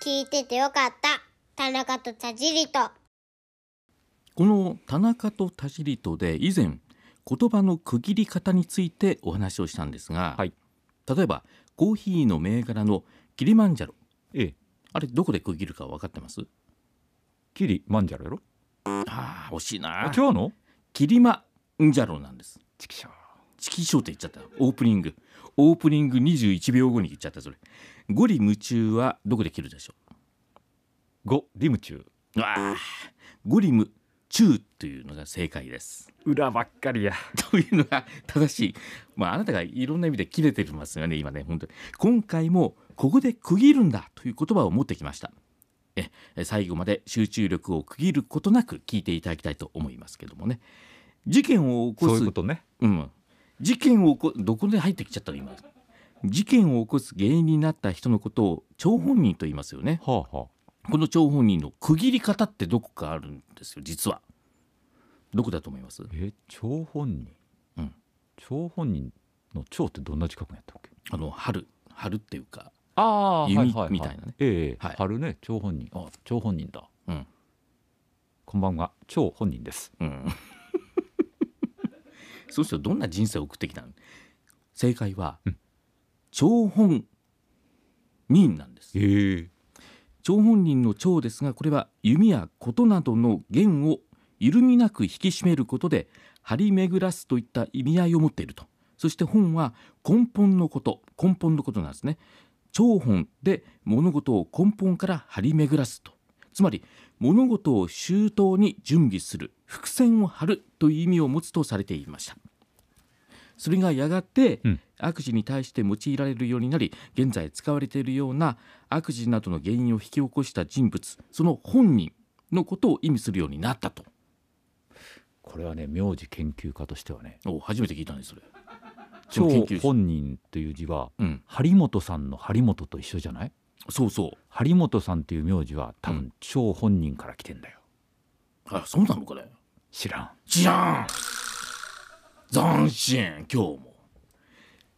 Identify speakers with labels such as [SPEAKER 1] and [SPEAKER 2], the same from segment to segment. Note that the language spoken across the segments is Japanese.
[SPEAKER 1] 聞いててよかった。田中と田尻と。
[SPEAKER 2] この田中と田尻とで以前言葉の区切り方についてお話をしたんですが、
[SPEAKER 3] はい
[SPEAKER 2] 例えばコーヒーの銘柄のキリマンジャロ
[SPEAKER 3] ええ
[SPEAKER 2] あれどこで区切るか分かってます
[SPEAKER 3] キリマンジャロやろ
[SPEAKER 2] ああ惜しい
[SPEAKER 3] あ
[SPEAKER 2] な
[SPEAKER 3] 違うの
[SPEAKER 2] キリマンジャロなんです
[SPEAKER 3] チキショー
[SPEAKER 2] チキショーって言っちゃったオープニングオープニング21秒後に言っちゃったそれゴリ夢中はどこで切るでしょ
[SPEAKER 3] 5リム中
[SPEAKER 2] うああゴリム中というのが正解です
[SPEAKER 3] 裏ばっかりや
[SPEAKER 2] というのが正しい、まあ、あなたがいろんな意味で切れてますよね今ね本当に今回もここで区切るんだという言葉を持ってきましたええ最後まで集中力を区切ることなく聞いていただきたいと思いますけどもね事件を起こ
[SPEAKER 3] そう
[SPEAKER 2] す
[SPEAKER 3] いうことね
[SPEAKER 2] うん、事件を起こどこで入ってきちゃったの今事件を起こす原因になった人のことを張本人と言いますよね
[SPEAKER 3] はあは
[SPEAKER 2] この張本人の区切り方ってどこかあるんですよ実はどこだと思います
[SPEAKER 3] え張本人
[SPEAKER 2] うん
[SPEAKER 3] 張本人の張ってどんな近くにやったっけ
[SPEAKER 2] あの春春っていうか
[SPEAKER 3] あ
[SPEAKER 2] 弓みたいなね
[SPEAKER 3] ええ
[SPEAKER 2] はい
[SPEAKER 3] 春ね張本人あ張本人だ
[SPEAKER 2] うん
[SPEAKER 3] こんばんは張本人です
[SPEAKER 2] うん、そうするとどんな人生を送ってきたの正解は、
[SPEAKER 3] うん
[SPEAKER 2] 張本人なんです
[SPEAKER 3] ええ
[SPEAKER 2] 張本人の張ですがこれは弓や琴などの弦を緩みなく引き締めることで張り巡らすといった意味合いを持っているとそして本は根本のこと根本のことなんですね張本で物事を根本から張り巡らすとつまり物事を周到に準備する伏線を張るという意味を持つとされていましたそれがやがて、
[SPEAKER 3] うん
[SPEAKER 2] 悪事に対して用いられるようになり現在使われているような悪事などの原因を引き起こした人物その本人のことを意味するようになったと
[SPEAKER 3] これはね名字研究家としてはね
[SPEAKER 2] お初めて聞いたんですそれ
[SPEAKER 3] 張
[SPEAKER 2] 研究者
[SPEAKER 3] 本人という字は
[SPEAKER 2] うん
[SPEAKER 3] 張本さんの張本と一緒じゃない
[SPEAKER 2] そうそう
[SPEAKER 3] 張本さんっていう名字は多
[SPEAKER 2] う
[SPEAKER 3] 分張本人から来てんだよ
[SPEAKER 2] あそうなのこれ
[SPEAKER 3] 知らん
[SPEAKER 2] 知らん斬新今日も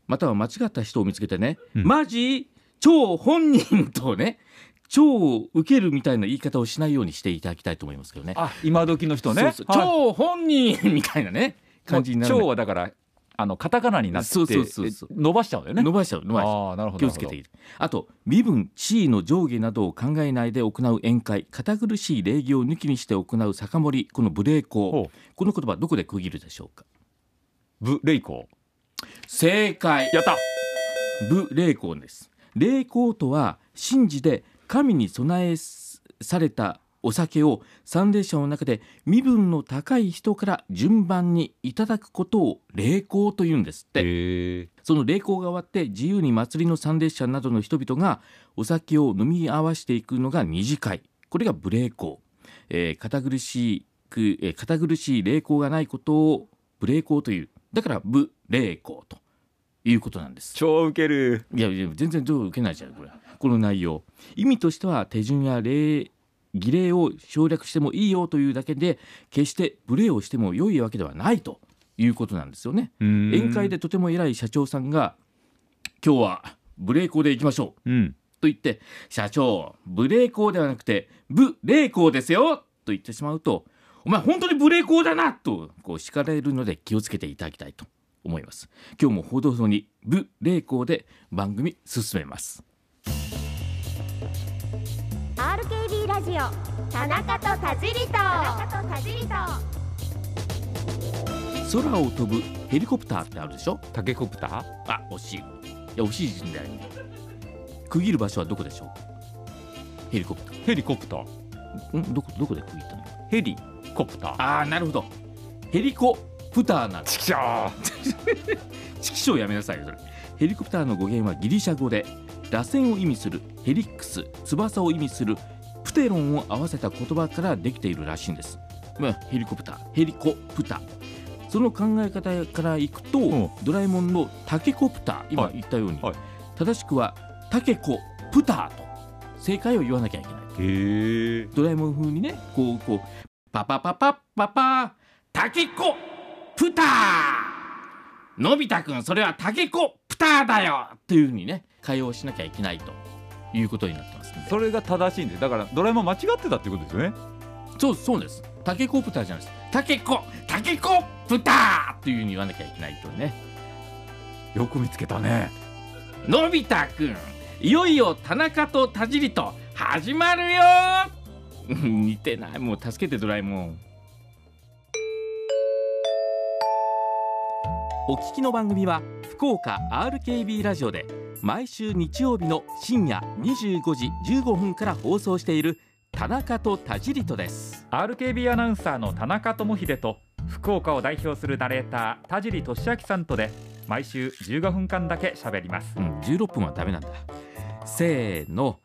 [SPEAKER 2] または間違った人を見つけてね、
[SPEAKER 3] うん
[SPEAKER 2] マジ超本人とね超を受けるみたいな言い方をしないようにしていただきたいと思いますけどね
[SPEAKER 3] あ今時の人
[SPEAKER 2] そうそう超本人みたいなね感じになる
[SPEAKER 3] 腸はだからあのカタカナになって
[SPEAKER 2] そうそうそうそう
[SPEAKER 3] 伸ばしちゃうんだよね
[SPEAKER 2] 伸ばしちゃう伸ばしちゃう
[SPEAKER 3] ああなるほ
[SPEAKER 2] 気
[SPEAKER 3] ど
[SPEAKER 2] をつけているあと身分地位の上下などを考えないで行う宴会堅苦しい礼儀を抜きにして行う酒盛りこの無礼講
[SPEAKER 3] ほ
[SPEAKER 2] この言葉どこで区切るでしょうか
[SPEAKER 3] ブレイコ
[SPEAKER 2] 正解
[SPEAKER 3] やった
[SPEAKER 2] 無霊光です霊光とは神事で神に備えされたお酒を参列者の中で身分の高い人から順番にいただくことを霊光というんですって
[SPEAKER 3] へえ
[SPEAKER 2] その霊光が終わって自由に祭りの参列者などの人々がお酒を飲み合わせていくのが二次会これが無礼講、えー堅苦しく、えー堅苦しい礼講がないことを無礼講というだから無礼講ということなんです
[SPEAKER 3] 超ウケる
[SPEAKER 2] いやいや全然どう受けないじゃんこれこの内容意味としては手順や礼儀礼を省略してもいいよというだけで決して無礼をしても良いわけではないということなんですよね
[SPEAKER 3] 宴
[SPEAKER 2] 宴会でとても偉い社長さんが「今日は無礼講で行きましょう」
[SPEAKER 3] うん
[SPEAKER 2] と言って「社長無礼講ではなくて無礼講ですよ」と言ってしまうと「お前本当に無礼講だな」とこう叱られるので気をつけていただきたいと思います今日も報道層に無礼講で番組進めます
[SPEAKER 4] RKB ラジオ田中と田尻と田中と田尻と
[SPEAKER 2] 空を飛ぶヘリコプターってあるでしょ
[SPEAKER 3] タケコプター
[SPEAKER 2] あ惜しいいや惜しいんだよね区切る場所はどこでしょうヘリコプタ
[SPEAKER 3] ヘリコプター
[SPEAKER 2] ーんどこどこで区切ったの
[SPEAKER 3] ヘリコプター
[SPEAKER 2] ああなるほどヘリコプターなんだ
[SPEAKER 3] チキショー
[SPEAKER 2] 指揮所をやめなさいよそれヘリコプターの語源はギリシャ語で螺旋を意味するヘリックス翼を意味するプテロンを合わせた言葉からできているらしいんです、まあ、ヘリコプターヘリコプターその考え方からいくと、
[SPEAKER 3] うん
[SPEAKER 2] ドラえもんのタケコプター今
[SPEAKER 3] はい
[SPEAKER 2] 言ったように、
[SPEAKER 3] はい
[SPEAKER 2] 正しくはタケコプターと正解を言わなきゃいけない
[SPEAKER 3] へえ
[SPEAKER 2] ドラえもん風にねこうこうパパパパッパパタケコプターのび太くんそれはタケコプターだよっていう風にね会話をしなきゃいけないということになってますんで
[SPEAKER 5] それが正しいんでだからドラえもん間違ってたってことですよね
[SPEAKER 2] そうそうですタケコプターじゃないですタケコタケコプターというふうに言わなきゃいけないとね
[SPEAKER 5] よく見つけたね
[SPEAKER 2] のび太くんいよいよ田中と田尻と始まるよ 似てないもう助けてドラえもんお聞きの番組は福岡 RKB ラジオで毎週日曜日の深夜25時15分から放送している田中と田尻とです
[SPEAKER 6] RKB アナウンサーの田中智秀と福岡を代表するナレーター田尻俊明さんとで毎週15分間だけ喋ります
[SPEAKER 2] うん、16分はダメなんだせーの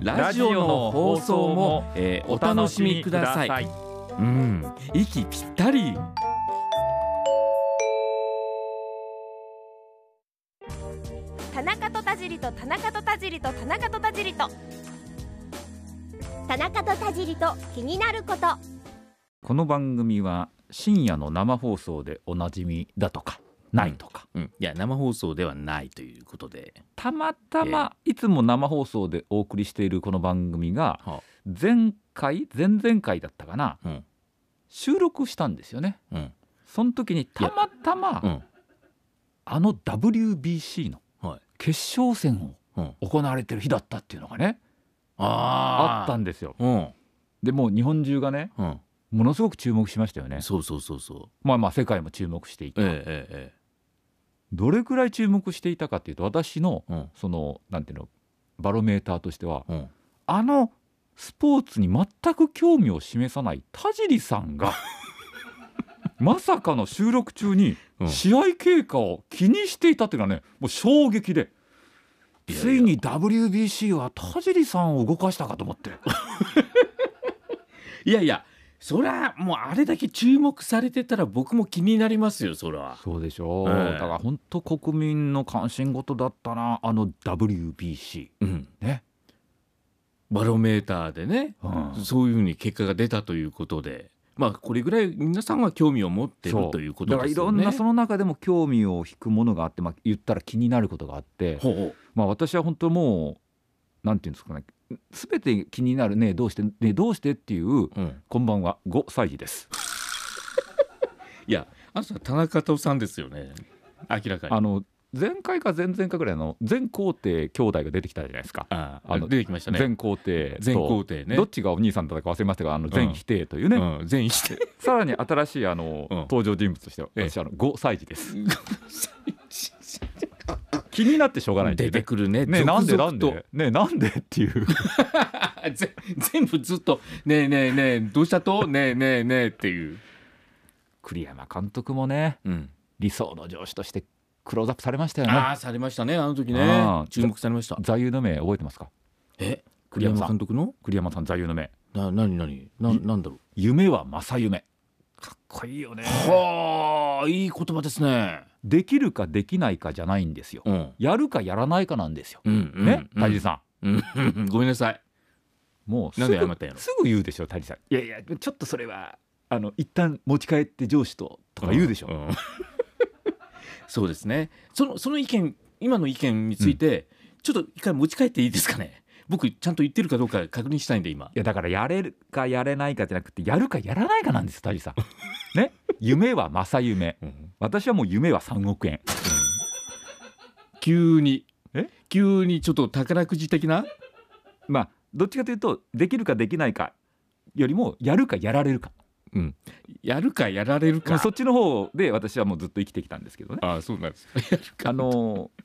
[SPEAKER 2] ラジオの放送も、えーお楽しみください
[SPEAKER 6] い
[SPEAKER 2] うん息ぴったり
[SPEAKER 4] 田中と田尻と田中と田尻と田中と田尻と田中と田尻と気になること
[SPEAKER 3] この番組は深夜の生放送でおなじみだとかないとか、
[SPEAKER 2] うんいや生放送ではないということで
[SPEAKER 3] たまたまいつも生放送でお送りしているこの番組が
[SPEAKER 2] は
[SPEAKER 3] 前回前々回だったかな、
[SPEAKER 2] うん
[SPEAKER 3] 収録したんですよね
[SPEAKER 2] うん
[SPEAKER 3] その時にたまたま、
[SPEAKER 2] うん
[SPEAKER 3] あの WBC の
[SPEAKER 2] はい
[SPEAKER 3] 決勝戦
[SPEAKER 2] うん
[SPEAKER 3] を行われてる日だったっていうのがね、
[SPEAKER 2] あ
[SPEAKER 3] あ
[SPEAKER 2] ー
[SPEAKER 3] ったんですよ
[SPEAKER 2] うん
[SPEAKER 3] でもう日本中がね
[SPEAKER 2] うん
[SPEAKER 3] ものすごく注目しましたよね
[SPEAKER 2] そうそうそうそう
[SPEAKER 3] まあまあ世界も注目していた、
[SPEAKER 2] ええええ
[SPEAKER 3] どれくらい注目していたかっていうと私の
[SPEAKER 2] ええ
[SPEAKER 3] そのなんていうのバロメーターとしては
[SPEAKER 2] うんうん
[SPEAKER 3] あのスポーツに全く興味を示さない田尻さん がまさかの収録中に
[SPEAKER 2] うん
[SPEAKER 3] 試合経過を気にしていたっていうのはねもう衝撃で
[SPEAKER 2] いやいや
[SPEAKER 3] ついに WBC は田尻さんを動かしたかと思って
[SPEAKER 2] いやいやそりゃもうあれだけ注目されてたら僕も気になりますよそりゃ
[SPEAKER 3] そうでしょ
[SPEAKER 2] う
[SPEAKER 3] だから本当国民の関心事だったなあの WBC
[SPEAKER 2] うん
[SPEAKER 3] ね、
[SPEAKER 2] バロメーターでね
[SPEAKER 3] うん
[SPEAKER 2] そういうふうに結果が出たということで、まあ、これぐらい皆さんが興味を持ってる
[SPEAKER 3] そう
[SPEAKER 2] ということ
[SPEAKER 3] だから
[SPEAKER 2] で
[SPEAKER 3] い
[SPEAKER 2] すよ
[SPEAKER 3] ろ
[SPEAKER 2] ね。
[SPEAKER 3] んなその中でも興味を引くものがあって、まあ、言ったら気になることがあって、
[SPEAKER 2] ほうほ
[SPEAKER 3] まあ、私は本当もうなんていうんですかね全て気になるねどうしてねどうしてっていう
[SPEAKER 2] ううん、
[SPEAKER 3] こんばんは5歳児です
[SPEAKER 2] いやあなた田中とさんですよね明らかに。
[SPEAKER 3] あの前回か前々回ぐらいの全皇帝兄弟が出てきたじゃないですか
[SPEAKER 2] ああ
[SPEAKER 3] あの
[SPEAKER 2] 出てきましたね
[SPEAKER 3] 全皇帝
[SPEAKER 2] 全皇
[SPEAKER 3] と
[SPEAKER 2] 帝ね
[SPEAKER 3] どっ。ちがお兄さんだったか忘れましたがあの全否定というね、
[SPEAKER 2] うん、全員して
[SPEAKER 3] さらに新しいあの、
[SPEAKER 2] うん
[SPEAKER 3] 登場人物としては
[SPEAKER 2] ええ
[SPEAKER 3] 私あの5歳児です 気になってしょうがないって
[SPEAKER 2] 出
[SPEAKER 3] いうね
[SPEAKER 2] てくるね
[SPEAKER 3] ねなんでなん
[SPEAKER 2] 続々
[SPEAKER 3] でねなんでっていう
[SPEAKER 2] と ぜ全部ずっと「ねえねえねえどうしたとねえねえねえ」っていう、
[SPEAKER 3] 栗山監督もね
[SPEAKER 2] うん、
[SPEAKER 3] 理想の上司としてクローズアップされましたよ
[SPEAKER 2] あ
[SPEAKER 3] ね
[SPEAKER 2] あされましたねあの時
[SPEAKER 3] あ
[SPEAKER 2] ね
[SPEAKER 3] あ
[SPEAKER 2] 注目されました
[SPEAKER 3] 座右の銘覚えてますか
[SPEAKER 2] え栗
[SPEAKER 3] 栗山さ
[SPEAKER 2] 山監
[SPEAKER 3] ん
[SPEAKER 2] 督の
[SPEAKER 3] 栗山さん座右の銘
[SPEAKER 2] な何何ななんだろう
[SPEAKER 3] 夢は正夢かっこいいよね
[SPEAKER 2] はあいい言葉ですね。
[SPEAKER 3] できるかできないかじゃないんですよ
[SPEAKER 2] うん。
[SPEAKER 3] やるかやらないかなんですよ
[SPEAKER 2] うん、うん
[SPEAKER 3] ね
[SPEAKER 2] う
[SPEAKER 3] 田
[SPEAKER 2] ん
[SPEAKER 3] 尻さ
[SPEAKER 2] うんうんごめんなさい。
[SPEAKER 3] んもうす
[SPEAKER 2] なんで謝
[SPEAKER 3] ぐ
[SPEAKER 2] ったんやろ
[SPEAKER 3] すぐ言うでしょ田尻さんいやいやちょっとそれはあの一旦持ち帰って上司ととか言うでしょ
[SPEAKER 2] んん そうですね。そのその意見今の意見について、ちょっと一回持ち帰っていいですかね。僕ちゃんと言ってるかどうか確認したいんで今
[SPEAKER 3] い。やだからやれるかやれないかじゃなくてやるかやらないかなんですよ田尻さんね夢は正夢
[SPEAKER 2] うん
[SPEAKER 3] 私はもう夢は3億円
[SPEAKER 2] 急に
[SPEAKER 3] え
[SPEAKER 2] 急にちょっと宝くじ的な。
[SPEAKER 3] まあどっちかというとできるかできないかよりもやるかやられるか
[SPEAKER 2] やるかやられる
[SPEAKER 3] まあ
[SPEAKER 2] か。
[SPEAKER 3] そっちの方で私はもうずっと生きてきたんですけどね
[SPEAKER 2] あそうなんです。 やるか。
[SPEAKER 3] あのー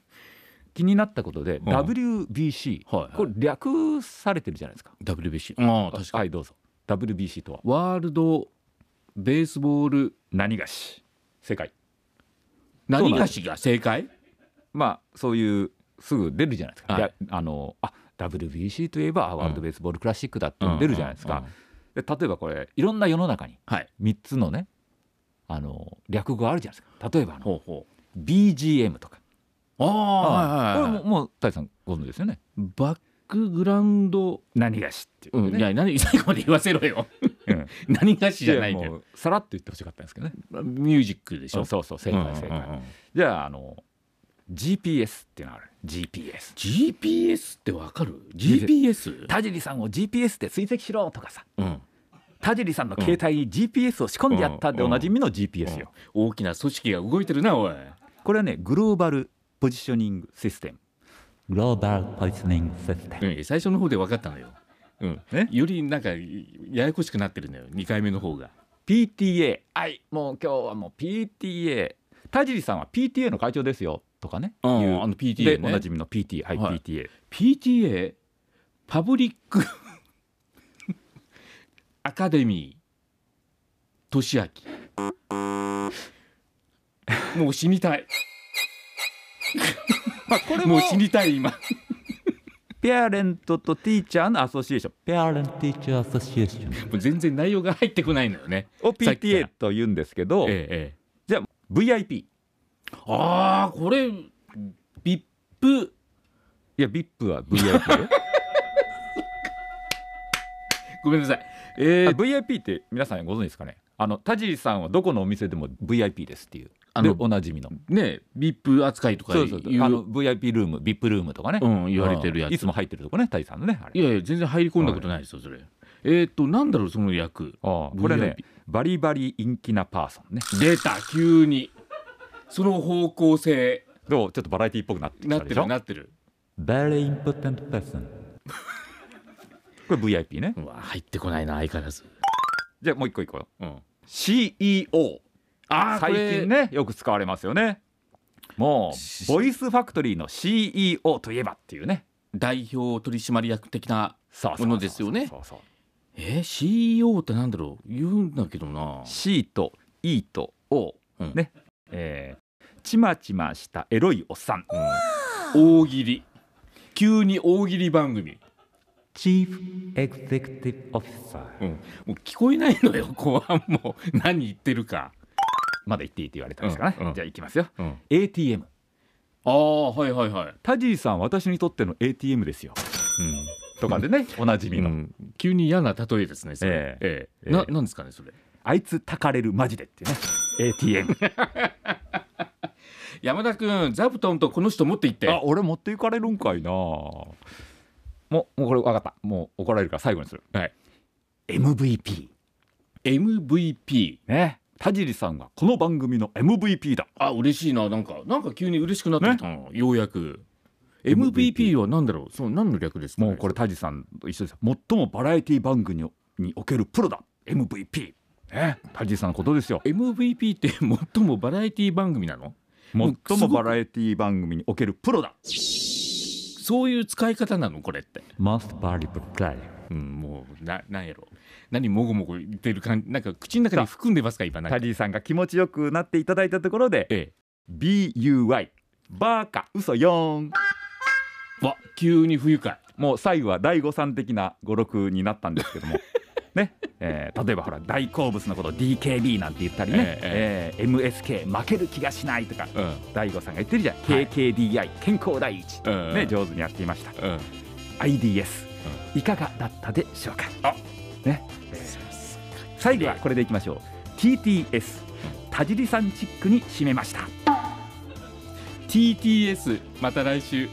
[SPEAKER 3] 気になったことで
[SPEAKER 2] ん
[SPEAKER 3] WBC
[SPEAKER 2] はいはい
[SPEAKER 3] これ略されてるじゃないですか
[SPEAKER 2] WBC。ああ確かに。
[SPEAKER 3] はいどうぞ WBC とは
[SPEAKER 2] ワールドベースボール
[SPEAKER 3] 何がし世界
[SPEAKER 2] 何がしが正解？
[SPEAKER 3] まあそういうすぐ出るじゃないですか、
[SPEAKER 2] はい
[SPEAKER 3] やあのあ WBC といえばあワールド・ベースボール・クラシックだっていうの出るじゃないです
[SPEAKER 2] うん
[SPEAKER 3] か
[SPEAKER 2] うんうんうん。
[SPEAKER 3] で例えばこれいろんな世の中に
[SPEAKER 2] はい。
[SPEAKER 3] 3つのねあの略語あるじゃないですか例えばあの
[SPEAKER 2] ほうほう。
[SPEAKER 3] BGM とか、
[SPEAKER 2] ああ、はいはい
[SPEAKER 3] これももう大地さんご存知ですよね
[SPEAKER 2] バックグラウンド、
[SPEAKER 3] 何がしっていうう、
[SPEAKER 2] ん、い
[SPEAKER 3] ね
[SPEAKER 2] や何 最後まで言わせろよ
[SPEAKER 3] うん
[SPEAKER 2] 何がしじゃない
[SPEAKER 3] い
[SPEAKER 2] の
[SPEAKER 3] や
[SPEAKER 2] よ
[SPEAKER 3] もうさらっと言ってほしかったんですけどね
[SPEAKER 2] ミュージックでしょ
[SPEAKER 3] そうそう正解正解、じゃああの GPS っていうのがある GPS
[SPEAKER 2] GPS ってわかる ?GPS?
[SPEAKER 3] 田尻さんを GPS で追跡しろとかさ
[SPEAKER 2] うん、
[SPEAKER 3] 田尻さんの携帯に GPS を仕込んでやったでおなじみの GPS よ
[SPEAKER 2] 大きな組織が動いてるなおい
[SPEAKER 3] これはねグローバルポジショニングシステムグローバルポジショニングシステム
[SPEAKER 2] うん、最初の方で分かったのよ、うん、よりなんかややこしくなってるのよ2回目の方が
[SPEAKER 3] PTA はいもう今日はもう PTA 田尻さんは PTA の会長ですよとかね
[SPEAKER 2] あ
[SPEAKER 3] い
[SPEAKER 2] ー
[SPEAKER 3] う
[SPEAKER 2] あの PTA
[SPEAKER 3] でお
[SPEAKER 2] ね
[SPEAKER 3] なじみの PTA はい、
[SPEAKER 2] はい
[SPEAKER 3] PTA
[SPEAKER 2] PTA パブリック アカデミー年明もう死にたい
[SPEAKER 3] まあこれ
[SPEAKER 2] も
[SPEAKER 3] も
[SPEAKER 2] う死にたい今
[SPEAKER 3] ペアレントとティーチャーのアソシエーションペアレントティーチャーアソシエーション
[SPEAKER 2] もう全然内容が入ってこないのよね
[SPEAKER 3] を
[SPEAKER 2] さっきから
[SPEAKER 3] PTA と言うんですけど、
[SPEAKER 2] えええ
[SPEAKER 3] じゃあ VIP い
[SPEAKER 2] えああこれ VIP
[SPEAKER 3] や VIP は VIP よ
[SPEAKER 2] ごめんなさいえ
[SPEAKER 3] あ
[SPEAKER 2] え
[SPEAKER 3] VIP って皆さんご存知ですかねあの田尻さんはどこのお店でも VIP ですっていう
[SPEAKER 2] あ
[SPEAKER 3] で
[SPEAKER 2] の
[SPEAKER 3] おなじみの、
[SPEAKER 2] ね VIP 扱いとかい
[SPEAKER 3] そううそうあの VIP ルーム VIP ルームとかね、
[SPEAKER 2] うん、言われてるやつ
[SPEAKER 3] うんいつも入ってるとこね田尻さんのねあれ
[SPEAKER 2] いやいや全然入り込んだことないですよそれえーっとなんだろうその役
[SPEAKER 3] ああこれね
[SPEAKER 2] VIP
[SPEAKER 3] バリバリ陰気なパーソンね
[SPEAKER 2] 出た急にその方向性
[SPEAKER 3] どうちょっとバラエティっぽくなってき
[SPEAKER 2] な
[SPEAKER 3] た
[SPEAKER 2] って
[SPEAKER 3] でしょ
[SPEAKER 2] るなってる
[SPEAKER 3] Very important person これ VIP ね
[SPEAKER 2] うわ入ってこないな相変わらず、
[SPEAKER 3] じゃあもう一個いこうよ
[SPEAKER 2] うん、
[SPEAKER 3] CEO
[SPEAKER 2] あー
[SPEAKER 3] 最近
[SPEAKER 2] ね
[SPEAKER 3] ねよく使われますよねも
[SPEAKER 2] し
[SPEAKER 3] うボイスファクトリーの CEO といえばっていうね
[SPEAKER 2] 代表取締役的な
[SPEAKER 3] そうそうそう
[SPEAKER 2] ものですよね
[SPEAKER 3] そうそう
[SPEAKER 2] えー、CEO ってなんだろう言うんだけどな
[SPEAKER 3] C と E と O、
[SPEAKER 2] うん
[SPEAKER 3] ねえーちまちましたエロいおっさん
[SPEAKER 2] 大喜利急に大喜利番組、
[SPEAKER 3] チーフエグゼクティブオフィサー
[SPEAKER 2] うん、もう聞こえないのよ後半もう何言ってるか、
[SPEAKER 3] まだ言っていいって言われたんですかね、
[SPEAKER 2] うんうん
[SPEAKER 3] じゃあいきますよ
[SPEAKER 2] うん、
[SPEAKER 3] ATM
[SPEAKER 2] ああはいはいはい、
[SPEAKER 3] タジーさん私にとっての ATM ですよ
[SPEAKER 2] うん
[SPEAKER 3] とかでねおなじみの、
[SPEAKER 2] うん急に嫌な例えですねそれ、ええ
[SPEAKER 3] ええ
[SPEAKER 2] ななんですかねそれ
[SPEAKER 3] あいつたかれるマジでっていうね ATM
[SPEAKER 2] 山田君座布団とこの人持って行って
[SPEAKER 3] あ俺持っていかれるんかいなもうもうこれ分かったもう怒られるから最後にする
[SPEAKER 2] はい
[SPEAKER 3] MVP
[SPEAKER 2] MVP
[SPEAKER 3] ね田尻さんがこの番組の MVP だ
[SPEAKER 2] あ嬉しいななんかなんか急に嬉しくなってきたな、ようやく MVP は何だろうその何の略ですか、ね、
[SPEAKER 3] もうこれ田地さんと一緒ですよ最もバラエティ番組ににおけるプロだ MVP ね田地さんのことですよ
[SPEAKER 2] MVP って最もバラエティ番組なのもうすごく
[SPEAKER 3] 最もバラエティ番組におけるプロだ
[SPEAKER 2] そういう使い方なのこれって、
[SPEAKER 3] Most valuable player
[SPEAKER 2] うん、もうななんやろ何もごもご言ってる感じなんか口の中に含んでますか今なん
[SPEAKER 3] 田
[SPEAKER 2] か
[SPEAKER 3] 地さんが気持ちよくなっていただいたところで
[SPEAKER 2] え
[SPEAKER 3] BUI バーカ嘘よん
[SPEAKER 2] えわ急に不愉快
[SPEAKER 3] もう最後は第五さん的な語録になったんですけ どもね、えー例えばほら大好物のこと DKB なんて言ったりね、え
[SPEAKER 2] え
[SPEAKER 3] ー MSK 負ける気がしないとか
[SPEAKER 2] うん
[SPEAKER 3] 大悟さんが言ってるじゃん、
[SPEAKER 2] はい
[SPEAKER 3] KKDI 健康第一、
[SPEAKER 2] うん
[SPEAKER 3] ね上手にやっていました
[SPEAKER 2] うん、
[SPEAKER 3] IDS、いかがだったでしょうかね、えー最後はこれでいきましょう TTS 田尻さんチックに締めました
[SPEAKER 2] TTS また来週